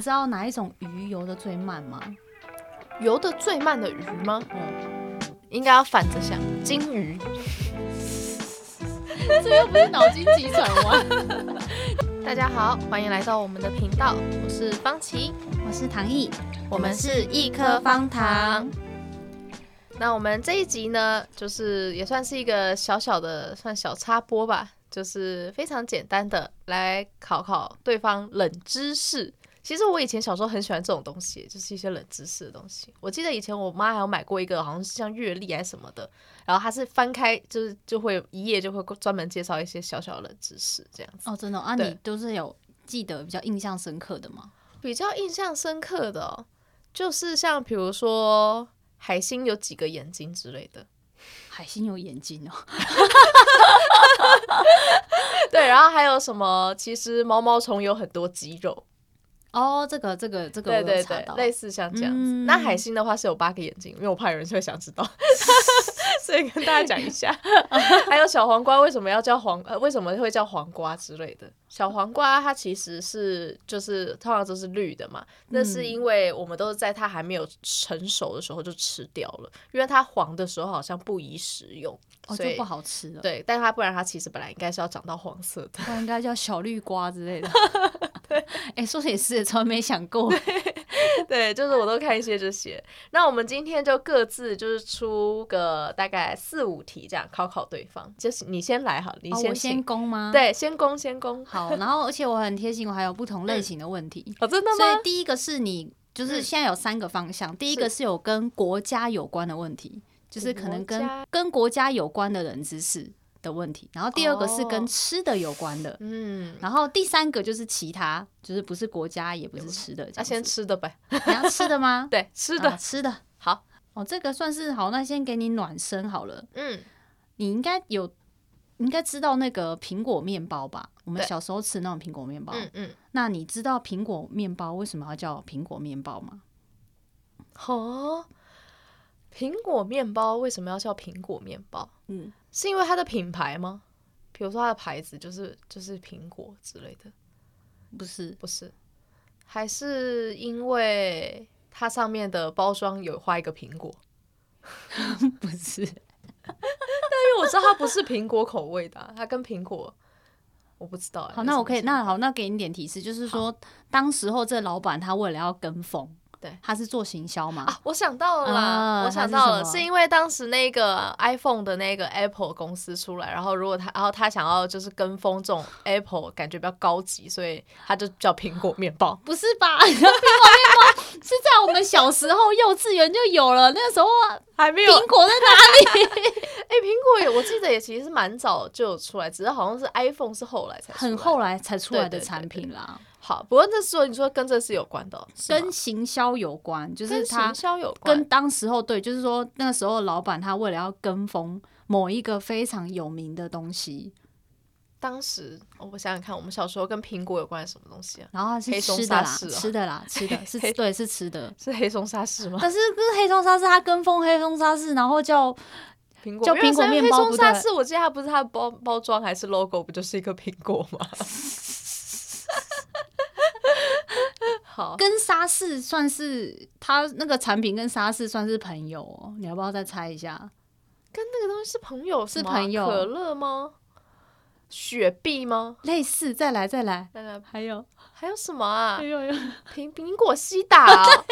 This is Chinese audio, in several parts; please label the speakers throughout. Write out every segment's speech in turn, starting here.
Speaker 1: 知道哪一种鱼游的最慢吗？
Speaker 2: 游得最慢的鱼吗？
Speaker 1: 哦，
Speaker 2: 应该要反着想，金鱼。
Speaker 1: 这又不是脑筋急转弯。
Speaker 2: 大家好，欢迎来到我们的频道，我是方琦，
Speaker 1: 我是唐毅，
Speaker 2: 我们是一
Speaker 1: 颗方糖。
Speaker 2: 那我们这一集呢，就是也算是一个小小的算小插播吧，就是非常简单的来考考对方冷知识。其实我以前小时候很喜欢这种东西，就是一些冷知识的东西。我记得以前我妈还有买过一个，好像是像月历还是什么的，然后它是翻开就是就会一页就会专门介绍一些小小的冷知识这样子。
Speaker 1: 哦，真的哦、啊，
Speaker 2: 对
Speaker 1: 你都是有记得比较印象深刻的吗？
Speaker 2: 比较印象深刻的、哦，就是像比如说海星有几个眼睛之类的，
Speaker 1: 海星有眼睛哦，
Speaker 2: 对，然后还有什么？其实毛毛虫有很多肌肉，
Speaker 1: 哦，这个这个这个我有
Speaker 2: 对对
Speaker 1: 查
Speaker 2: 对
Speaker 1: 到，，
Speaker 2: 类似像这样子。
Speaker 1: 嗯
Speaker 2: 那海星的话是有八个眼睛，因为我怕有人会想 知道，所以跟大家讲一 下。还有小黄瓜为什么要叫黄？呃，为什么会叫黄瓜之类的？小黄瓜它其实是就是通常都是绿的嘛，那是因为我们都是在它还没有成熟的时候就吃掉了，因为它黄的时候好像不宜食用，
Speaker 1: 哦
Speaker 2: 所
Speaker 1: 就
Speaker 2: 以
Speaker 1: 不好吃了。，哦
Speaker 2: 对，但它不然它其实本来应该是要长到黄色的。
Speaker 1: 应该叫小绿瓜之 类的。哎、说的也是，从来没想过。哦
Speaker 2: 对，就是我都看一些这些。那我们今天就各自就是出个大概四五题这样考考对方。就是你先来好了，你
Speaker 1: 哦，
Speaker 2: 先
Speaker 1: 我
Speaker 2: 请、
Speaker 1: 先攻吗？。
Speaker 2: 对，先攻先攻。
Speaker 1: 好，然后而且我很贴心，我还有不同类型的问题。
Speaker 2: 哦，真的
Speaker 1: 所
Speaker 2: 吗
Speaker 1: 以？第一个是你，就是
Speaker 2: 嗯
Speaker 1: 现在有三个方向，第一
Speaker 2: 是
Speaker 1: 个是有跟国家有关的问题，就是可能跟
Speaker 2: 国家
Speaker 1: 跟国家有关的人知识的问题，然后第二个是跟
Speaker 2: 哦
Speaker 1: 吃的有关的，
Speaker 2: 嗯，
Speaker 1: 然后第三个就是其他，就是不是国家也不是吃的，
Speaker 2: 那、先
Speaker 1: 吃，
Speaker 2: 吃的呗。
Speaker 1: 你要吃的吗？
Speaker 2: 对， 吃的、
Speaker 1: 啊吃的。
Speaker 2: 好。
Speaker 1: 哦，这个算是好，那先给你暖身好了。
Speaker 2: 嗯，
Speaker 1: 你应该有，你应该知道那个苹果面包吧？我们
Speaker 2: 对
Speaker 1: 小时候吃那种苹果面包。
Speaker 2: 嗯嗯。
Speaker 1: 那你知道苹果面包为什么要叫苹果面包吗？
Speaker 2: 哦，苹果面包为什么要叫苹果面包？
Speaker 1: 嗯，
Speaker 2: 是因为它的品牌吗？比如说它的牌子就是就是苹果之类的。
Speaker 1: 不 是，
Speaker 2: 不是，还是因为它上面的包装有画一个苹果，
Speaker 1: 不是，
Speaker 2: 因为我知道它不是苹果口味的啊、它跟苹果我不知道欸、
Speaker 1: 好，那我可以，
Speaker 2: 有什么
Speaker 1: 那好，那给你点提示，就是说，当时候这老板他为了要跟风，
Speaker 2: 对
Speaker 1: 他是做行销嘛，
Speaker 2: 啊，我想到了啦，
Speaker 1: 啊
Speaker 2: 我想到
Speaker 1: 它是
Speaker 2: 了，
Speaker 1: 什么
Speaker 2: 是因为当时那个 iPhone 的那个 Apple 公司出来，然后如果他，然后他想要就是跟风这种 Apple 感觉比较高级，所以他就叫苹果面包。
Speaker 1: 不是吧？ 苹果面包是在我们小时候幼稚园就有了，那时候
Speaker 2: 还没有，
Speaker 1: 苹果在 哪？
Speaker 2: 哎、苹果也我记得也其实是蛮早就有出来，只是好像是 iPhone 是后来才出
Speaker 1: 很
Speaker 2: 来的
Speaker 1: 后来才出来的
Speaker 2: 对对对
Speaker 1: 产品啦，
Speaker 2: 好，不过那时候你说跟这是有关的哦、是吗
Speaker 1: 跟行销有关，就是
Speaker 2: 跟
Speaker 1: 他
Speaker 2: 行销有关，
Speaker 1: 跟当时候对，就是说那时候老板他为了要跟风某一个非常有名的东西，
Speaker 2: 当时哦我想想看，我们小时候跟苹果有关什么东西啊？
Speaker 1: 然后他
Speaker 2: 黑
Speaker 1: 是
Speaker 2: 松
Speaker 1: 吃的
Speaker 2: 沙
Speaker 1: 啦，
Speaker 2: 士哦
Speaker 1: 吃的啦，吃 的是对是吃的，
Speaker 2: 是黑松沙士吗？
Speaker 1: 但是可是黑松沙士，他跟风黑松沙士，然后叫
Speaker 2: 苹果
Speaker 1: 叫
Speaker 2: 没有
Speaker 1: 苹果
Speaker 2: 是因为
Speaker 1: 面包
Speaker 2: 黑
Speaker 1: 不
Speaker 2: 松
Speaker 1: 对
Speaker 2: 沙士，我记得它不是它的包包装还是 logo，不就是一个苹果吗？ 好，
Speaker 1: 跟沙士算是他那个产品跟沙士算是朋友哦，你要不要再猜一下？
Speaker 2: 跟那个东西是朋友
Speaker 1: 是
Speaker 2: 什么啊
Speaker 1: 朋友
Speaker 2: 可乐吗？雪碧吗？
Speaker 1: 类似，再来再来，
Speaker 2: 那个
Speaker 1: 还有
Speaker 2: 还有什么啊
Speaker 1: 还？有有，
Speaker 2: 苹苹果西打哦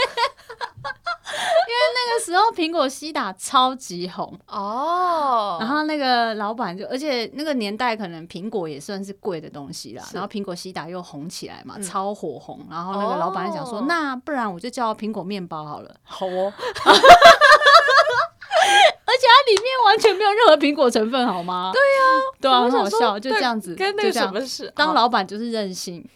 Speaker 1: 那个时候苹果西打超级红，
Speaker 2: 哦，
Speaker 1: 然后那个老板就，而且那个年代可能苹果也算是贵的东西啦，
Speaker 2: 是
Speaker 1: 然后苹果西打又红起来嘛，
Speaker 2: 嗯
Speaker 1: 超火红，然后那个老板就想说，
Speaker 2: 哦
Speaker 1: 那不然我就叫苹果面包好了，
Speaker 2: 好
Speaker 1: 而
Speaker 2: 哦，
Speaker 1: 且它里面完全没有任何苹果成分，好吗？对呀、对啊，
Speaker 2: 我
Speaker 1: 很
Speaker 2: 想
Speaker 1: 好
Speaker 2: 说
Speaker 1: 笑，就
Speaker 2: 对
Speaker 1: 这样子，
Speaker 2: 跟那
Speaker 1: 就
Speaker 2: 个
Speaker 1: 这
Speaker 2: 什
Speaker 1: 样。
Speaker 2: 么是
Speaker 1: 当
Speaker 2: 好
Speaker 1: 老板就是任性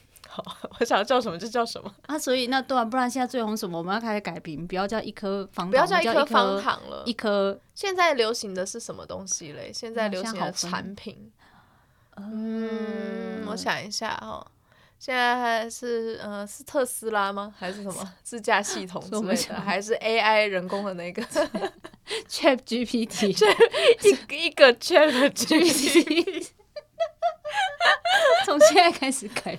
Speaker 2: 我想叫什么就叫什么，
Speaker 1: 啊，所以那对啊，不然现在最红什么？我们要开始改名，不要叫一颗方糖，
Speaker 2: 不要叫
Speaker 1: 我们
Speaker 2: 一
Speaker 1: 一
Speaker 2: 颗方，糖了
Speaker 1: 一。 颗
Speaker 2: 现在流行的是什么东西嘞？现在流行的产品，嗯，我想一下哦，现在还是呃是特斯拉吗？还是什么自驾系统之
Speaker 1: 所以我
Speaker 2: 类
Speaker 1: 们
Speaker 2: 的？
Speaker 1: 想
Speaker 2: 还是 AI 人工的那个
Speaker 1: Chat GPT，Chat
Speaker 2: 一一个 Chat GPT？
Speaker 1: 从现在开始改，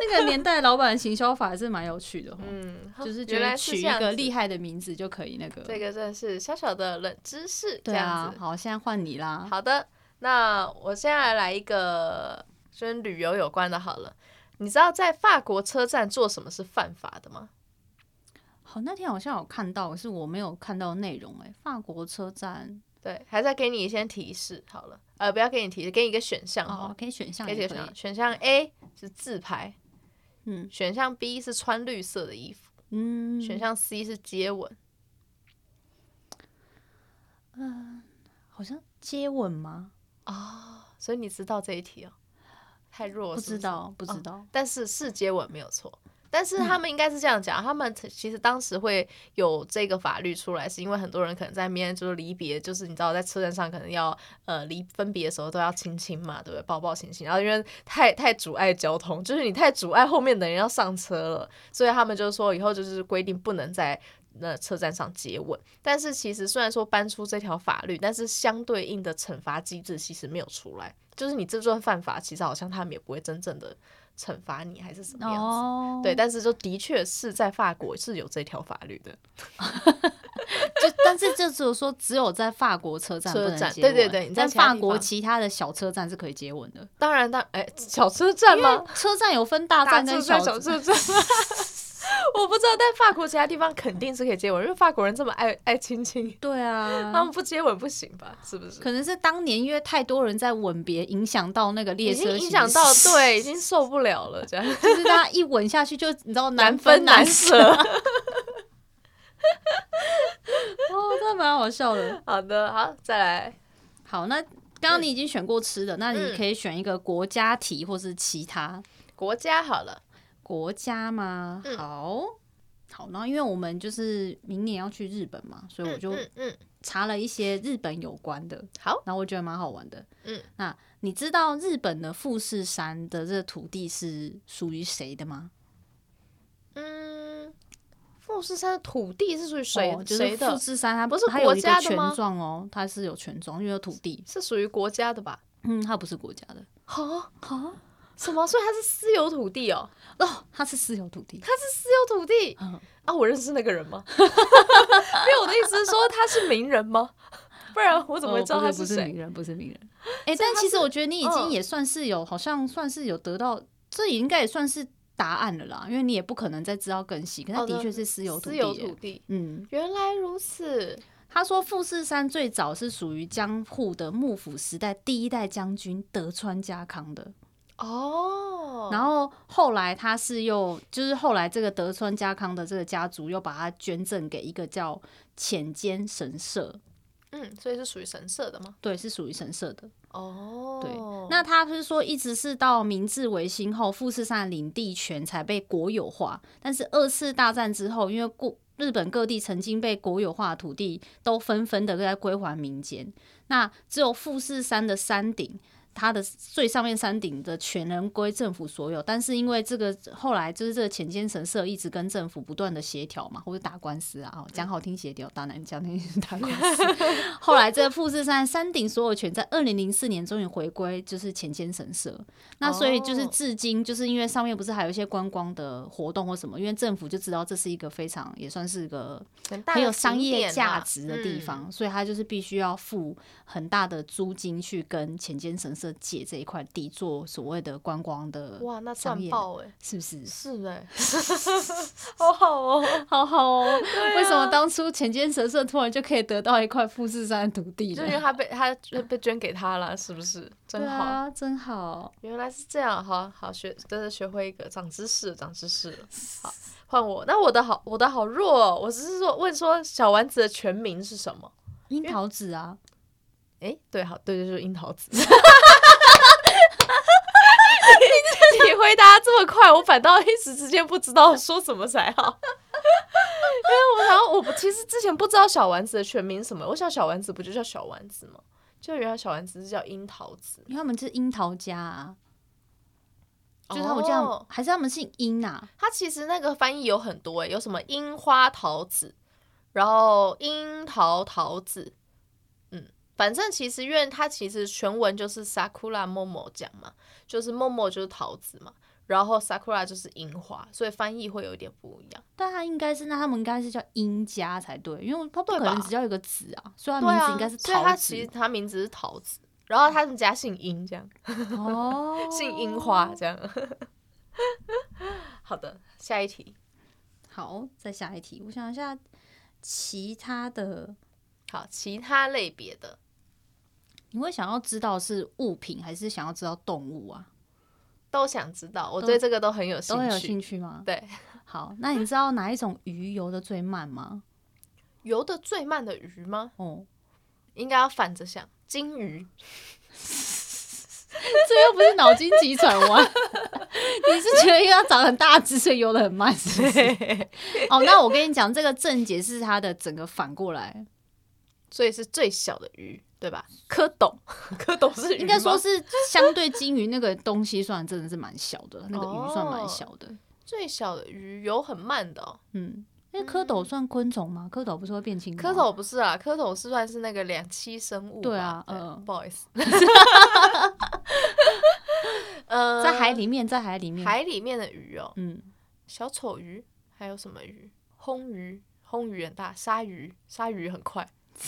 Speaker 1: 那个年代老板的行销法还是蛮有趣的哦，
Speaker 2: 嗯，
Speaker 1: 就是觉
Speaker 2: 原
Speaker 1: 得
Speaker 2: 来是
Speaker 1: 取一
Speaker 2: 这样
Speaker 1: 个
Speaker 2: 子
Speaker 1: 厉害的名字就可以那个。
Speaker 2: 这个真的是小小的冷知识，这
Speaker 1: 对
Speaker 2: 样
Speaker 1: 啊
Speaker 2: 子。，
Speaker 1: 好，现在换你啦。
Speaker 2: 好的，那我现在来一个跟旅游有关的，好了。你知道在法国车站做什么是犯法的吗？
Speaker 1: 好，那天好像有看到，可是我没有看到内容哎、法国车站
Speaker 2: 对，还是要给你一些提示好了，呃，不要给你提示，给你一个选项好
Speaker 1: 哦
Speaker 2: 了，。
Speaker 1: 可以选项
Speaker 2: 给
Speaker 1: 也可
Speaker 2: 选
Speaker 1: 以
Speaker 2: 项，。选项 A 是自拍，
Speaker 1: 嗯
Speaker 2: 选项 B 是穿绿色的衣服，
Speaker 1: 嗯，
Speaker 2: 选项 C 是接吻。
Speaker 1: 好像接吻吗？
Speaker 2: 所以你知道这一题哦，太弱了，
Speaker 1: 不
Speaker 2: 是
Speaker 1: 知
Speaker 2: 是。
Speaker 1: 道，不知道。
Speaker 2: 但是是接吻没有错。但是他们应该是这样讲，他们其实当时会有这个法律出来，是因为很多人可能在面就是离别，就是你知道在车站上可能要呃离分别的时候都要亲亲嘛，对不对？抱抱亲亲，然后因为太太阻碍交通，就是你太阻碍后面的人要上车了，所以他们就说以后就是规定不能在。那车站上接吻，但是其实虽然说搬出这条法律，但是相对应的惩罚机制其实没有出来，就是你这算犯法，其实好像他们也不会真正的惩罚你还是什么样子。
Speaker 1: 哦，
Speaker 2: 对，，但是就的确是在法国是有这条法律的
Speaker 1: 就但是就只有说只有在法国车站不
Speaker 2: 车
Speaker 1: 能
Speaker 2: 站，
Speaker 1: 接
Speaker 2: 对
Speaker 1: 吻，
Speaker 2: 对对，你在
Speaker 1: 但
Speaker 2: 其他
Speaker 1: 法
Speaker 2: 地
Speaker 1: 国
Speaker 2: 方
Speaker 1: 其他的小车站是可以接吻的。
Speaker 2: 当然当哎小车站吗？
Speaker 1: 车站有分大站跟
Speaker 2: 小
Speaker 1: 小
Speaker 2: 小车站。 我不知道，但法国其他地方肯定是可以接吻，因为法国人这么爱爱亲亲，
Speaker 1: 对
Speaker 2: 他
Speaker 1: 啊，
Speaker 2: 们不接吻不行吧？是不是？
Speaker 1: 可能是当年因为太多人在吻别，影响到那个列
Speaker 2: 已
Speaker 1: 车行
Speaker 2: 经
Speaker 1: 驶，
Speaker 2: 影响到对，已经受不了了， 这样
Speaker 1: 就是大家一吻下去就你知道
Speaker 2: 难
Speaker 1: 分
Speaker 2: 分难
Speaker 1: 舍，
Speaker 2: 舍。
Speaker 1: 哦，真的蛮好笑的。
Speaker 2: 好的，好，再来。
Speaker 1: 好，那刚刚你已经选过吃的，那
Speaker 2: 嗯
Speaker 1: 你可以选一个国家题或是其他
Speaker 2: 国家好了，
Speaker 1: 国家吗？
Speaker 2: 嗯
Speaker 1: 好。好，然后因为我们就是明年要去日本嘛，所以我
Speaker 2: 嗯
Speaker 1: 就
Speaker 2: 嗯嗯，
Speaker 1: 查了一些日本有关的，
Speaker 2: 好，
Speaker 1: 然后我觉得蛮好玩的。
Speaker 2: 嗯，
Speaker 1: 那你知道日本的富士山的这个土地是属于谁的吗？
Speaker 2: 嗯，富士山的土地是属于谁
Speaker 1: 哦？就
Speaker 2: 谁、
Speaker 1: 是富
Speaker 2: 的？
Speaker 1: 士山它
Speaker 2: 不是
Speaker 1: 它
Speaker 2: 国
Speaker 1: 有一个
Speaker 2: 家的
Speaker 1: 权
Speaker 2: 吗
Speaker 1: 状哦，它是有权状，因为有土地，
Speaker 2: 是属于国家的吧？
Speaker 1: 嗯，它不是国家的
Speaker 2: 哈，
Speaker 1: 啊，
Speaker 2: 什么？所以它是私有土地哦，
Speaker 1: 哦，它是私有土地，
Speaker 2: 它是私有土地
Speaker 1: 嗯
Speaker 2: 啊！我认识那个人吗？ 没有，我的意思是说他是名人吗？不然我怎么会知道
Speaker 1: 哦
Speaker 2: 他
Speaker 1: 不是不
Speaker 2: 谁？
Speaker 1: 名人，不是名人。 哎、但其实我觉得你已经
Speaker 2: 嗯
Speaker 1: 也算是有，好像算是有得到，这也应该也算是答案了啦，因为你也不可能再知道更细，可它
Speaker 2: 好
Speaker 1: 的
Speaker 2: 的
Speaker 1: 确是私有土
Speaker 2: 哦私
Speaker 1: 地
Speaker 2: 有
Speaker 1: 耶。
Speaker 2: 土地，
Speaker 1: 嗯，
Speaker 2: 原来如此。
Speaker 1: 他说富士山最早是属于江户的幕府时代第一代将军德川家康的，
Speaker 2: 哦，
Speaker 1: 然后后来他是又就是后来这个德川家康的这个家族又把它捐赠给一个叫浅间神社，
Speaker 2: 嗯，所以是属于神社的吗？
Speaker 1: 对，是属于神社的。
Speaker 2: 哦，
Speaker 1: 对，那他不是说一直是到明治维新后，富士山的领地权才被国有化，但是二次大战之后，因为过日本各地曾经被国有化的土地都纷纷的在归还民间，那只有富士山的山顶。它的最上面山顶的全人归政府所有，但是因为这个后来就是这个浅间神社一直跟政府不断的协调嘛，或者打官司啊，哦讲好听协调，打难讲听是打官司，后来，这个富士山山顶所有权在二零零四年终于回归，就是浅间神社。那所以就是
Speaker 2: 哦
Speaker 1: 至今，就是因为上面不是还有一些观光的活动或什么，因为政府就知道这是一个非常也算是一个
Speaker 2: 很大的
Speaker 1: 很有商
Speaker 2: 景点
Speaker 1: 业
Speaker 2: 啊
Speaker 1: 价值的地
Speaker 2: 嗯
Speaker 1: 方，所以它就是必须要付很大的租金去跟浅间神社借这一块地做所谓的观光的，
Speaker 2: 嗯哇，那
Speaker 1: 商
Speaker 2: 赚
Speaker 1: 业
Speaker 2: 爆哎、
Speaker 1: 是不是？
Speaker 2: 是哎、 好好哦，啊
Speaker 1: 好好哦，为什么当初浅间神社突然就可以得到一块富士山的土地
Speaker 2: 就
Speaker 1: 呢
Speaker 2: 因？为他被他被捐给他了，是不是？真
Speaker 1: 对
Speaker 2: 好。
Speaker 1: 啊，真好。
Speaker 2: 原来是这样，好好学，真的学会一个长知识，长知识了。好，换我。那我的好，我的好弱哦。我只是说问说小丸子的全名是什么？
Speaker 1: 樱桃子啊，
Speaker 2: 诶，对，好，对，就是樱桃子。你 你回答这么快，我反倒一时之间不知道说什么才好。因为我然后我其实之前不知道小丸子的全名是什么，我想小丸子不就叫小丸子吗？就原来小丸子是叫樱桃子，
Speaker 1: 因为他们是樱桃家啊，就是他们这样，
Speaker 2: 哦
Speaker 1: 还是他们姓樱啊？
Speaker 2: 它其实那个翻译有很多欸诶、有什么樱花桃子，然后樱桃桃子，嗯，反正其实因为它其实全文就是 sakura momo 讲嘛，就是默默就是桃子嘛，然后 sakura 就是樱花，所以翻译会有一点不一样。
Speaker 1: 但他应该是，那他们应该是叫樱家才对，因为他不
Speaker 2: 对
Speaker 1: 可
Speaker 2: 吧
Speaker 1: 能只叫一个子啊，所以他
Speaker 2: 对
Speaker 1: 名字
Speaker 2: 啊，
Speaker 1: 应该是
Speaker 2: 所以他
Speaker 1: 桃
Speaker 2: 其实
Speaker 1: 子
Speaker 2: 他名字是桃子，然后他们家姓樱这样，
Speaker 1: 哦
Speaker 2: 姓樱花这样。 好的，下一题。
Speaker 1: 好，再下一题，我想一下其他的，
Speaker 2: 好，其他类别的
Speaker 1: 你会想要知道是物品还是想要知道动物啊？
Speaker 2: 都想知道，我
Speaker 1: 都
Speaker 2: 对这个都很有
Speaker 1: 都
Speaker 2: 兴
Speaker 1: 会有
Speaker 2: 趣。
Speaker 1: 兴趣吗？
Speaker 2: 对，
Speaker 1: 好，那你知道哪一种鱼游的最慢吗？
Speaker 2: 游得最慢的鱼吗？
Speaker 1: 哦，
Speaker 2: 应该要反着想，金 鱼。
Speaker 1: 这又不是脑筋急转 弯，你是觉得因为它长得很大只，所以游得很慢，是不是？哦，那我跟你讲，这个正解是它的整个反过来，
Speaker 2: 所以是最小的鱼，对吧？蝌 蚪， 蝌蚪是鱼吗
Speaker 1: 应该说是相对金鱼那个东西，算真的是蛮小的，那个鱼算蛮小的。
Speaker 2: 最小的鱼游很慢的、哦。
Speaker 1: 嗯，因为蝌蚪算昆虫吗？蝌蚪不是会变青蛙？
Speaker 2: 蝌蚪不是啊，蝌蚪是算是那个两栖生物吧。哎
Speaker 1: 对啊嗯
Speaker 2: 不好意 思。呃，
Speaker 1: 在海里面，在海里面，
Speaker 2: 海里面的鱼哦，
Speaker 1: 嗯，
Speaker 2: 小丑鱼，还有什么鱼？红鱼，红鱼很大，鲨鱼，鲨鱼很快。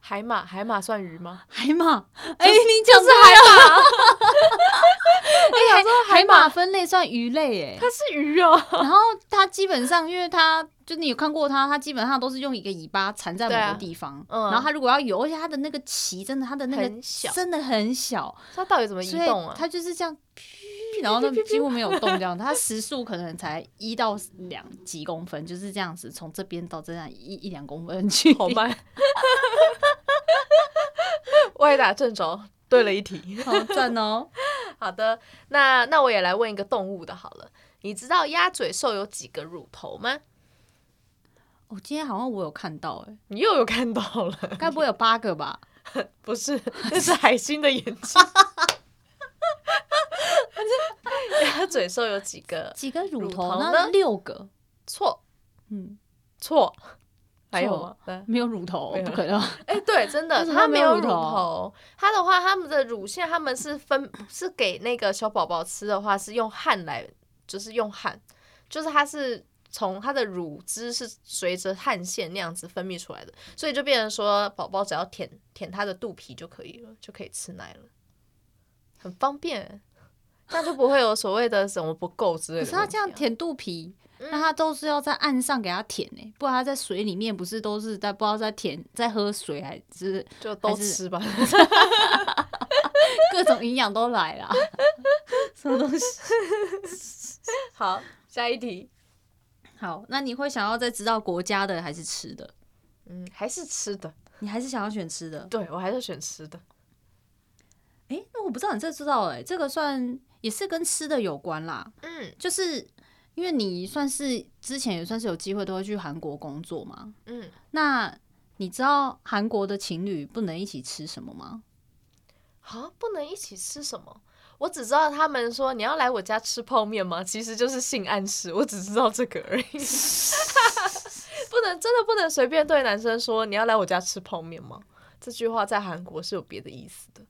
Speaker 2: 海马，海马算鱼吗？
Speaker 1: 海 马，哎、你讲是海马， 哎、海海马分类算鱼类哎、
Speaker 2: 它是鱼哦。
Speaker 1: 然后它基本上，因为它就你有看过它，它基本上都是用一个尾巴缠在
Speaker 2: 对啊
Speaker 1: 某个地方，
Speaker 2: 嗯
Speaker 1: 然后它如果要游，而且它的那个鳍真的，它的那个
Speaker 2: 很小
Speaker 1: 真的很小，
Speaker 2: 它到底怎么移
Speaker 1: 所以
Speaker 2: 动啊？
Speaker 1: 它就是这样。噗然后 它几乎没有动，这样它时速可能才一到两几公分，就是这样子，从这边到这样一一两公分去。
Speaker 2: 好慢。 歪打正着，对了一题。
Speaker 1: 好赞哦！
Speaker 2: 好的，那那我也来问一个动物的好了。你知道鸭嘴兽有几个乳头吗？
Speaker 1: 我、哦今天好像我有看到、欸，
Speaker 2: 你又有看到了？
Speaker 1: 哎，该不会有八个吧？
Speaker 2: 不是，那是海星的眼睛。 鸭嘴兽有几个？
Speaker 1: 几个乳
Speaker 2: 乳
Speaker 1: 头
Speaker 2: 头
Speaker 1: 呢？
Speaker 2: 呢
Speaker 1: 六个。
Speaker 2: 错
Speaker 1: 嗯，
Speaker 2: 错，还有吗？对
Speaker 1: 没有乳头
Speaker 2: 没，有
Speaker 1: 不可能。哦
Speaker 2: 哎、对，真
Speaker 1: 为
Speaker 2: 的，
Speaker 1: 什么
Speaker 2: 它
Speaker 1: 它没
Speaker 2: 没
Speaker 1: 有
Speaker 2: 有
Speaker 1: 乳
Speaker 2: 乳
Speaker 1: 头
Speaker 2: 头。它的话，它们的乳腺，它们是分是给那个小宝宝吃的话，是用汗来，就是用汗，就是它是从它的乳汁是随着汗腺那样子分泌出来的，所以就变成说，宝宝只要舔舔它的肚皮就可以了，就可以吃奶了，很方便。这样就不会有所谓的什么不够之类
Speaker 1: 可
Speaker 2: 的、啊嗯
Speaker 1: 是它这样，舔肚皮，那它都是要在岸上给它舔呢、不然它在水里面不是都是在不知道在舔在喝水还是
Speaker 2: 就都
Speaker 1: 还是
Speaker 2: 吃吧。
Speaker 1: 各种营养都来啦。 什么东西？
Speaker 2: 好，下一题，
Speaker 1: 好，那你会想要再知道国家的还是吃的？
Speaker 2: 嗯，还是吃的，
Speaker 1: 你还是想要选吃的？
Speaker 2: 对我还是选吃的。
Speaker 1: 诶、那我不知道你这知道诶、这个算也是跟吃的有关啦。
Speaker 2: 嗯
Speaker 1: 就是因为你算是之前也算是有机会都会去韩国工作嘛，
Speaker 2: 嗯。
Speaker 1: 那你知道韩国的情侣不能一起吃什么吗？
Speaker 2: 啊，不能一起吃什么？我只知道他们说你要来我家吃泡面吗？其实就是性暗示，我只知道这个而已。 不能，真的不能随便对男生说你要来我家吃泡面吗？这句话在韩国是有别的意思的。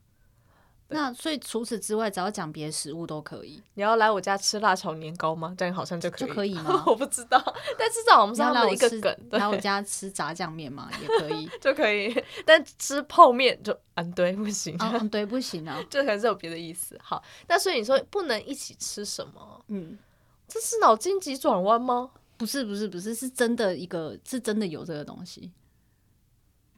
Speaker 1: 那所以除此之外，只要讲别的食物都可以，
Speaker 2: 你要来我家吃辣炒年糕吗？这样好像就可
Speaker 1: 就
Speaker 2: 以。
Speaker 1: 可以吗？
Speaker 2: 我不知道，但至少我们
Speaker 1: 你
Speaker 2: 是
Speaker 1: 要
Speaker 2: 他
Speaker 1: 来
Speaker 2: 们的
Speaker 1: 我
Speaker 2: 一个
Speaker 1: 吃
Speaker 2: 梗，对
Speaker 1: 来我家吃炸酱面吗？也可 以。
Speaker 2: 就可以。但吃泡面就嗯，对，不行，
Speaker 1: 啊、嗯，对，不行啊，
Speaker 2: 这可能是有别的意思。好，那所以你说不能一起吃什么？
Speaker 1: 嗯，
Speaker 2: 这是脑筋急转弯吗？
Speaker 1: 不是，不是，不是，是真的一个，是真的有这个东西。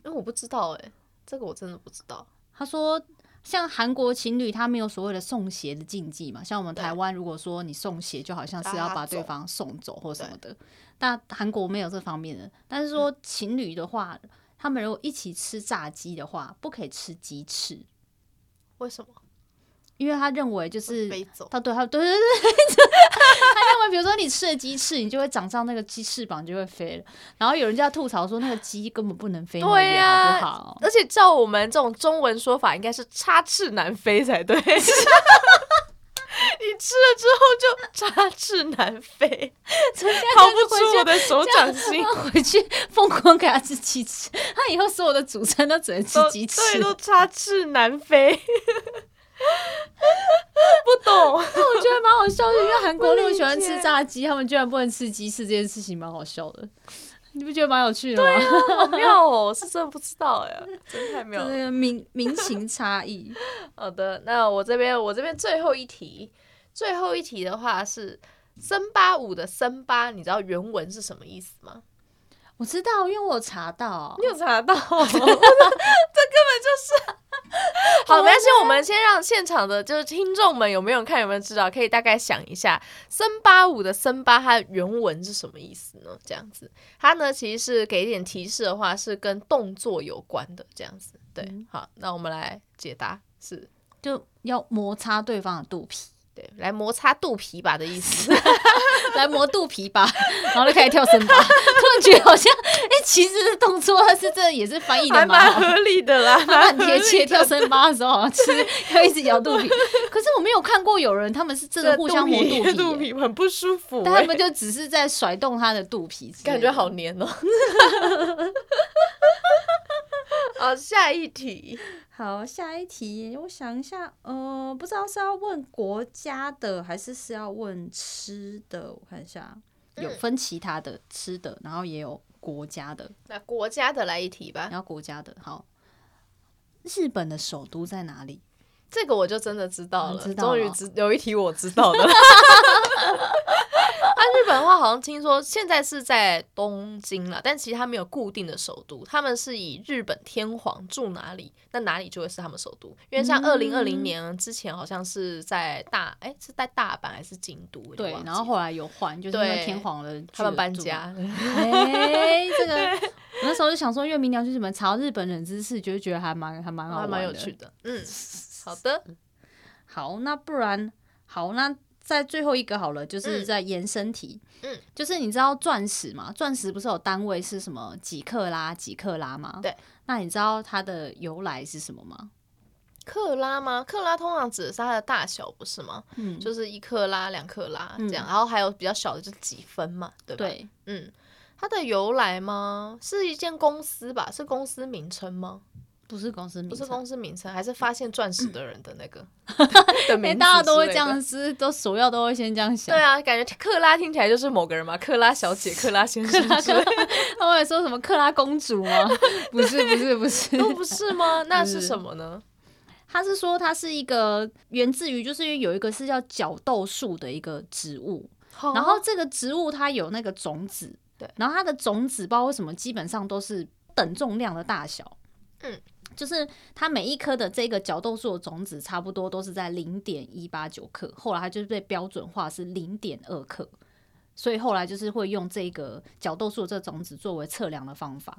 Speaker 2: 因为我不知道哎、这个我真的不知道。
Speaker 1: 他说，像韩国情侣，他没有所谓的送鞋的禁忌嘛。像我们
Speaker 2: 对
Speaker 1: 台湾，如果说你送鞋，就好像是要
Speaker 2: 拉
Speaker 1: 把
Speaker 2: 走
Speaker 1: 对方送走或什么的。但韩国没有这方面的。但是
Speaker 2: 嗯
Speaker 1: 说情侣的话，他们如果一起吃炸鸡的话，不可以吃鸡翅，
Speaker 2: 为什么
Speaker 1: 因为他认为就是
Speaker 2: 飞走？
Speaker 1: 他对他对对对，对 他认为比如说你吃了鸡翅，你就会长上那个鸡翅膀就会飞了。然后有人就要吐槽说那个鸡根本不能飞那么
Speaker 2: 对
Speaker 1: 远，好
Speaker 2: 呀
Speaker 1: 不好？
Speaker 2: 而且照我们这种中文说法，应该是插翅难飞才 对。你吃了之后就插翅难飞， 逃不出我的手掌心。
Speaker 1: 他回去疯狂给他吃鸡翅，他以后所有的主餐都只能吃
Speaker 2: 都
Speaker 1: 鸡翅。
Speaker 2: 对，都插翅难飞。不懂，
Speaker 1: 我觉得蛮好笑的，因为韩国那么喜欢
Speaker 2: 不理
Speaker 1: 吃
Speaker 2: 解
Speaker 1: 炸鸡，他们居然不能吃鸡翅这件事情，蛮好笑的。你不觉得蛮有趣的吗？
Speaker 2: 好妙哦，我是真的不知道呀，真的太妙
Speaker 1: 就
Speaker 2: 了。
Speaker 1: 是民民情差异。
Speaker 2: 好的，那我这边我这边最后一题，最后一题的话是森巴舞的森巴，你知道原文是什么意思吗？
Speaker 1: 我知道，因为我有查到
Speaker 2: 你。有查 到？我这根本就是。 好，没关系，我们先让现场的就是听众们有没有看有没有知道，可以大概想一下森巴舞的森巴它的原文是什么意思呢？这样子，它呢其实是给一点提示的话，是跟动作有关的这样子。对，
Speaker 1: 嗯
Speaker 2: 好，那我们来解答是。
Speaker 1: 就要摩擦对方的肚 皮，
Speaker 2: 对，来摩擦肚皮吧的意思。
Speaker 1: 来磨肚皮吧， 然后就开始跳森巴。 突然觉得好像，哎、其实这动作它是真的也是翻译的蛮好的，
Speaker 2: 理的 啦，
Speaker 1: 它蛮贴切。跳森巴的时候好像就是要一直咬 肚皮，可是我没有看过有人他们是真的互相磨肚皮耶、
Speaker 2: 很不舒服
Speaker 1: 但他们就只是在甩动他的肚皮之类的，
Speaker 2: 感觉好黏哦。 好，下一题。
Speaker 1: 好，下一题，我想一下，呃，不知道是要问国家的，还是是要问吃的？我看一下，有分其他的吃的，然后也有国家的，
Speaker 2: 那国家的来一题吧，
Speaker 1: 然后国家的。好，日本的首都在哪里？
Speaker 2: 这个我就真的知道了，
Speaker 1: 嗯知道
Speaker 2: 终于
Speaker 1: 了
Speaker 2: 知有一题我知道的 了。 啊，日本的话好像听说现在是在东京了，但其实它没有固定的首都，他们是以日本天皇住哪里，那哪里就会是他们首都。因为像二零二零
Speaker 1: 嗯
Speaker 2: 年之前好像是在大，哎、是在大阪还是京都？我有
Speaker 1: 对
Speaker 2: 点忘，记
Speaker 1: 然后后来有换，就是因为
Speaker 2: 对
Speaker 1: 天皇的
Speaker 2: 他们搬。家，
Speaker 1: 哎、这个我那时候就想说，因为明聊就是什么查到日本冷知识，就会觉得还蛮还蛮好
Speaker 2: 还
Speaker 1: 玩的，
Speaker 2: 蛮有趣的。嗯，好的，
Speaker 1: 好，那不然好，那在最后一个好了，就是
Speaker 2: 嗯
Speaker 1: 在延伸题，
Speaker 2: 嗯，
Speaker 1: 就是你知道钻石嘛？钻石不是有单位是什么几克拉、几克拉吗？
Speaker 2: 对，
Speaker 1: 那你知道它的由来是什么吗？
Speaker 2: 克拉吗？克拉通常指的是它的大小，不是吗？
Speaker 1: 嗯，
Speaker 2: 就是一克拉、两克拉
Speaker 1: 嗯
Speaker 2: 这样，然后还有比较小的就是几分嘛，对吧？，
Speaker 1: 对，
Speaker 2: 嗯，它的由来吗？是一间公司吧？是公司名称吗？
Speaker 1: 不是公司名
Speaker 2: 不
Speaker 1: 称，
Speaker 2: 是公司名称，还是发现钻石的人的 那个的
Speaker 1: 哎、
Speaker 2: 名字？
Speaker 1: 大家都会这样。 子，都首要都会先这样想。
Speaker 2: 对啊，感觉克拉听起来就是某个人嘛，克拉小姐、克拉先生之类的，
Speaker 1: 他们还说什么克拉公主吗？ 不是，不是，不是，
Speaker 2: 都不是吗？那是
Speaker 1: 是
Speaker 2: 什么呢？
Speaker 1: 他是说它是一个源自于，就是因为有一个是叫角豆树的一个植物，然后这个植物它有那个种子，
Speaker 2: 哦对，
Speaker 1: 然后它的种子不知道为什么基本上都是等重量的大小，
Speaker 2: 嗯，
Speaker 1: 就是它每一颗的这个角豆树的种子差不多都是在零点一八九克，后来它就是被标准化是零点二克，所以后来就是会用这个角豆树的这个种子作为测量的方法，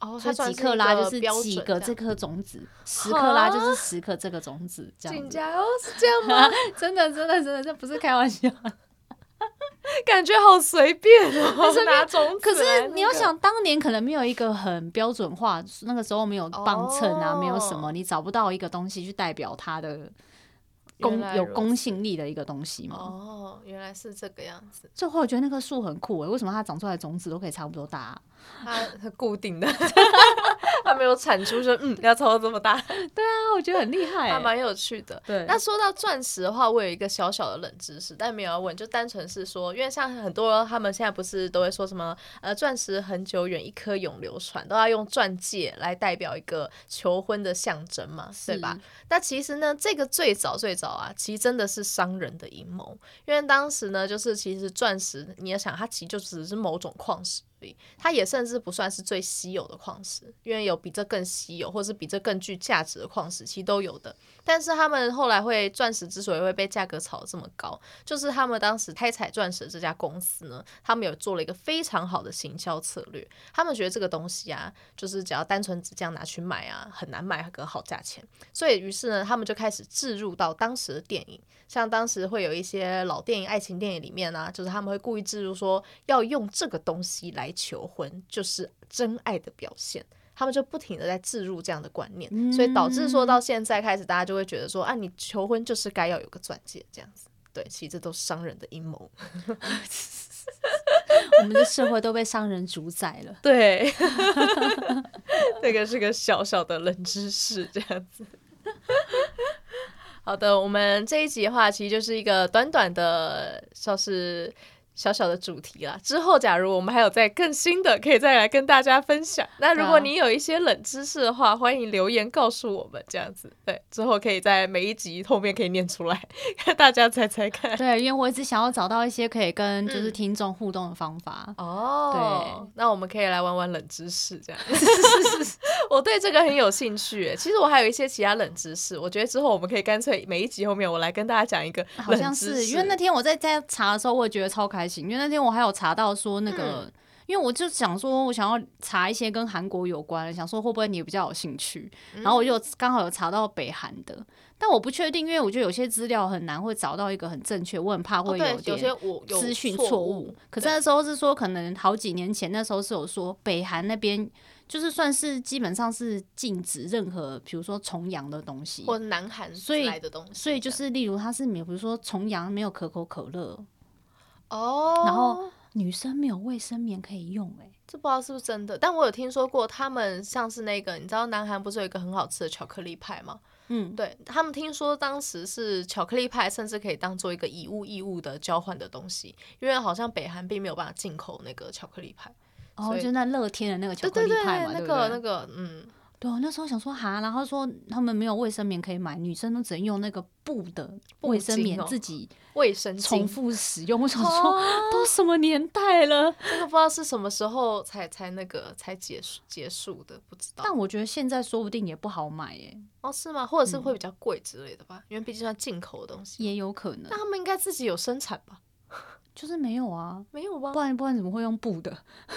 Speaker 2: 哦，
Speaker 1: 所
Speaker 2: 它
Speaker 1: 以
Speaker 2: 算
Speaker 1: 几
Speaker 2: 是
Speaker 1: 克
Speaker 2: 一
Speaker 1: 拉
Speaker 2: 个
Speaker 1: 就是
Speaker 2: 标
Speaker 1: 几
Speaker 2: 准
Speaker 1: 个
Speaker 2: 这
Speaker 1: 这
Speaker 2: 样
Speaker 1: 颗种子，十克拉就是十克这个种子，这样
Speaker 2: 进
Speaker 1: 子，
Speaker 2: 家哦，是这样吗？
Speaker 1: 真的真的真的，这不是开玩笑。
Speaker 2: 感觉好随便哦，拿种
Speaker 1: 可
Speaker 2: 子来
Speaker 1: 是
Speaker 2: 那
Speaker 1: 你要
Speaker 2: 个
Speaker 1: 想，当年可能没有一个很标准化，那个时候没有磅秤啊，
Speaker 2: 哦
Speaker 1: 没有什么，你找不到一个东西去代表它的公
Speaker 2: 原来
Speaker 1: 有
Speaker 2: 如
Speaker 1: 公信力的一个东西嘛。
Speaker 2: 哦，原来是这个样 子，
Speaker 1: 最后我觉得那棵树很酷诶、欸为什么它长出来的种子都可以差不多大、啊？
Speaker 2: 它很固定 的，它没有产出说嗯要超到这么大，
Speaker 1: 啊，我觉得很厉 害、
Speaker 2: 还
Speaker 1: 欸。
Speaker 2: 蛮有趣的。
Speaker 1: 对，
Speaker 2: 那说到钻石的话，我有一个小小的冷知识，但没有要问，就单纯是说，因为像很多他们现在不是都会说什么，呃，钻石恒久远，一颗永流传，都要用钻戒来代表一个求婚的象征嘛， 对吧？
Speaker 1: 嗯
Speaker 2: 那其实呢，这个最早最早啊，其实真的是商人的阴谋，因为当时呢，就是其实钻石，你要想它其实就只是某种矿石而已，它也甚至不算是最稀有的矿石，因为有比这更稀有，或是比这更具价值的矿石，其实都有的。但是他们后来会钻石之所以会被价格炒得这么高，就是他们当时开采钻石的这家公司呢，他们有做了一个非常好的行销策略，他们觉得这个东西啊，就是只要单纯只这样拿去卖啊，很难卖个好价钱。所以于是呢，他们就开始置入到当时的电影，像当时会有一些老电影、爱情电影里面啊，就是他们会故意置入说要用这个东西来求婚，就是真爱的表现。他们就不停的在置入这样的观念，所以导致说到现在开始，大家就会觉得说啊，你求婚就是该要有个钻戒这样子。对，其实这都是商人的阴谋。
Speaker 1: 我们的社会都被商人主宰了。
Speaker 2: 对，这个是个小小的冷知识，这样子。好的，我们这一集的话，其实就是一个短短的，像是小小的主题啦。之后假如我们还有再更新的，可以再来跟大家分享。那如果你有一些冷知识的话，欢迎留言告诉我们，这样子对，之后可以在每一集后面可以念出来， 看大家猜猜 看。
Speaker 1: 对，因为我一直想要找到一些可以跟就是
Speaker 2: 嗯
Speaker 1: 听众互动的方法。
Speaker 2: 哦
Speaker 1: 对，
Speaker 2: 那我们可以来玩玩冷知识， 这样。我对这个很有兴趣耶。其实我还有一些其他冷知识，我觉得之后我们可以干脆每一集后面我来跟大家讲一个
Speaker 1: 好
Speaker 2: 冷
Speaker 1: 像
Speaker 2: 知
Speaker 1: 是
Speaker 2: 识，
Speaker 1: 因为那天我在在查的时候，我也觉得超开心，因为那天我还有查到说那个，
Speaker 2: 嗯
Speaker 1: 因为我就想说，我想要查一些跟韩国有关的，想说会不会你比较有兴趣，
Speaker 2: 嗯
Speaker 1: 然后我就刚好有查到北韩的，但我不确定，因为我觉得有些资料很难会找到一个很正确，我很怕
Speaker 2: 哦
Speaker 1: 会
Speaker 2: 对，有些
Speaker 1: 点。
Speaker 2: 我有
Speaker 1: 资讯
Speaker 2: 错
Speaker 1: 错误，可是那时候是说，可能好几年前，那时候是有说北韩那边就是算是基本上是禁止任何，比如说重阳的东西，
Speaker 2: 或南韩
Speaker 1: 所以
Speaker 2: 来的东西，
Speaker 1: 所以就是，例如它是没有，比如说重阳没有可口可乐，
Speaker 2: 哦，
Speaker 1: 然后女生没有卫生棉可以用、欸，
Speaker 2: 这不知道是不是真的，但我有听说过，他们像是那个，你知道南韩不是有一个很好吃的巧克力派吗？
Speaker 1: 嗯，
Speaker 2: 对他们听说当时是巧克力派，甚至可以当做一个以物易物的交换的东西，因为好像北韩并没有办法进口那个巧克力派。所
Speaker 1: 哦，
Speaker 2: 以
Speaker 1: 就那乐天的那个巧
Speaker 2: 对
Speaker 1: 克
Speaker 2: 对
Speaker 1: 力
Speaker 2: 对，
Speaker 1: 派嘛，
Speaker 2: 那
Speaker 1: 对不
Speaker 2: 个那
Speaker 1: 对？
Speaker 2: 个，嗯，
Speaker 1: 对，啊我那时候想说哈，然后说他们没有卫生棉可以买，女生都只能用那个布的
Speaker 2: 布
Speaker 1: 卫生
Speaker 2: 巾
Speaker 1: 棉
Speaker 2: 哦
Speaker 1: 自己
Speaker 2: 卫生
Speaker 1: 重
Speaker 2: 巾，哦
Speaker 1: 复使用。我想说，都什么年代了？
Speaker 2: 那个不知道是什么时候才才那个才结束结束的，不知道。
Speaker 1: 但我觉得现在说不定也不好买、欸，
Speaker 2: 哦，是吗？或者是会比较贵之类的吧，因为毕竟算进口的东西。
Speaker 1: 也有可能
Speaker 2: 那，他们应该自己有生产吧？
Speaker 1: 就是没有啊，
Speaker 2: 没有吧？
Speaker 1: 不然不然怎么会用布的？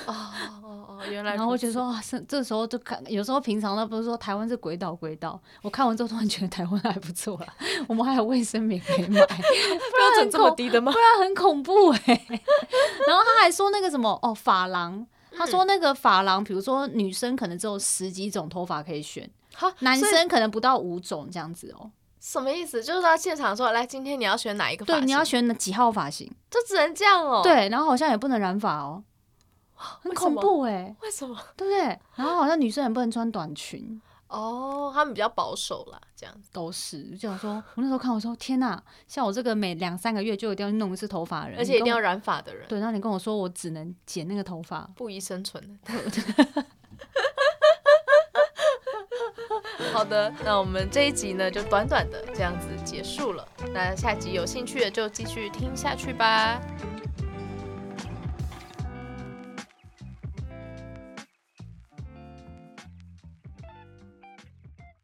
Speaker 2: 哦哦哦，原来
Speaker 1: 然后我
Speaker 2: 如
Speaker 1: 觉得
Speaker 2: 此
Speaker 1: 说，哇，是这时候就看，有时候平常那不是说台湾是鬼岛鬼岛，我看完之后突然觉得台湾还不错啦，我们还有卫生棉可以买，
Speaker 2: 标准这么
Speaker 1: 恐
Speaker 2: 低的吗
Speaker 1: 不？然很恐怖哎、然后他还说那个什么哦，发廊。他说
Speaker 2: 嗯
Speaker 1: 那个发廊，比如说女生可能只有十几种头发可以选，
Speaker 2: 哈
Speaker 1: 男
Speaker 2: 所以
Speaker 1: 生可能不到五种这样子哦。
Speaker 2: 什么意思？就是他现场说，来，今天你要选哪一个发
Speaker 1: 对，
Speaker 2: 型？
Speaker 1: 你要选哪几号发型？
Speaker 2: 就只能这样哦。，
Speaker 1: 对，然后好像也不能染发 哦，很
Speaker 2: 为什
Speaker 1: 恐
Speaker 2: 么
Speaker 1: 怖哎、
Speaker 2: 为什么？
Speaker 1: 对不对？然后好像女生也不能穿短裙，
Speaker 2: 哦，他们比较保守啦，这样子。
Speaker 1: 都是，就想说，我那时候看，我说天呐，像我这个每两三个月就一定要弄一次头发的人，
Speaker 2: 而且一定要
Speaker 1: 你
Speaker 2: 染发的人
Speaker 1: 跟我对，那你跟我说我只能剪那个头发，
Speaker 2: 不宜生存的。 好的，那我们这一集呢就短短的这样子结束了。那下集有兴趣的就继续听下去吧。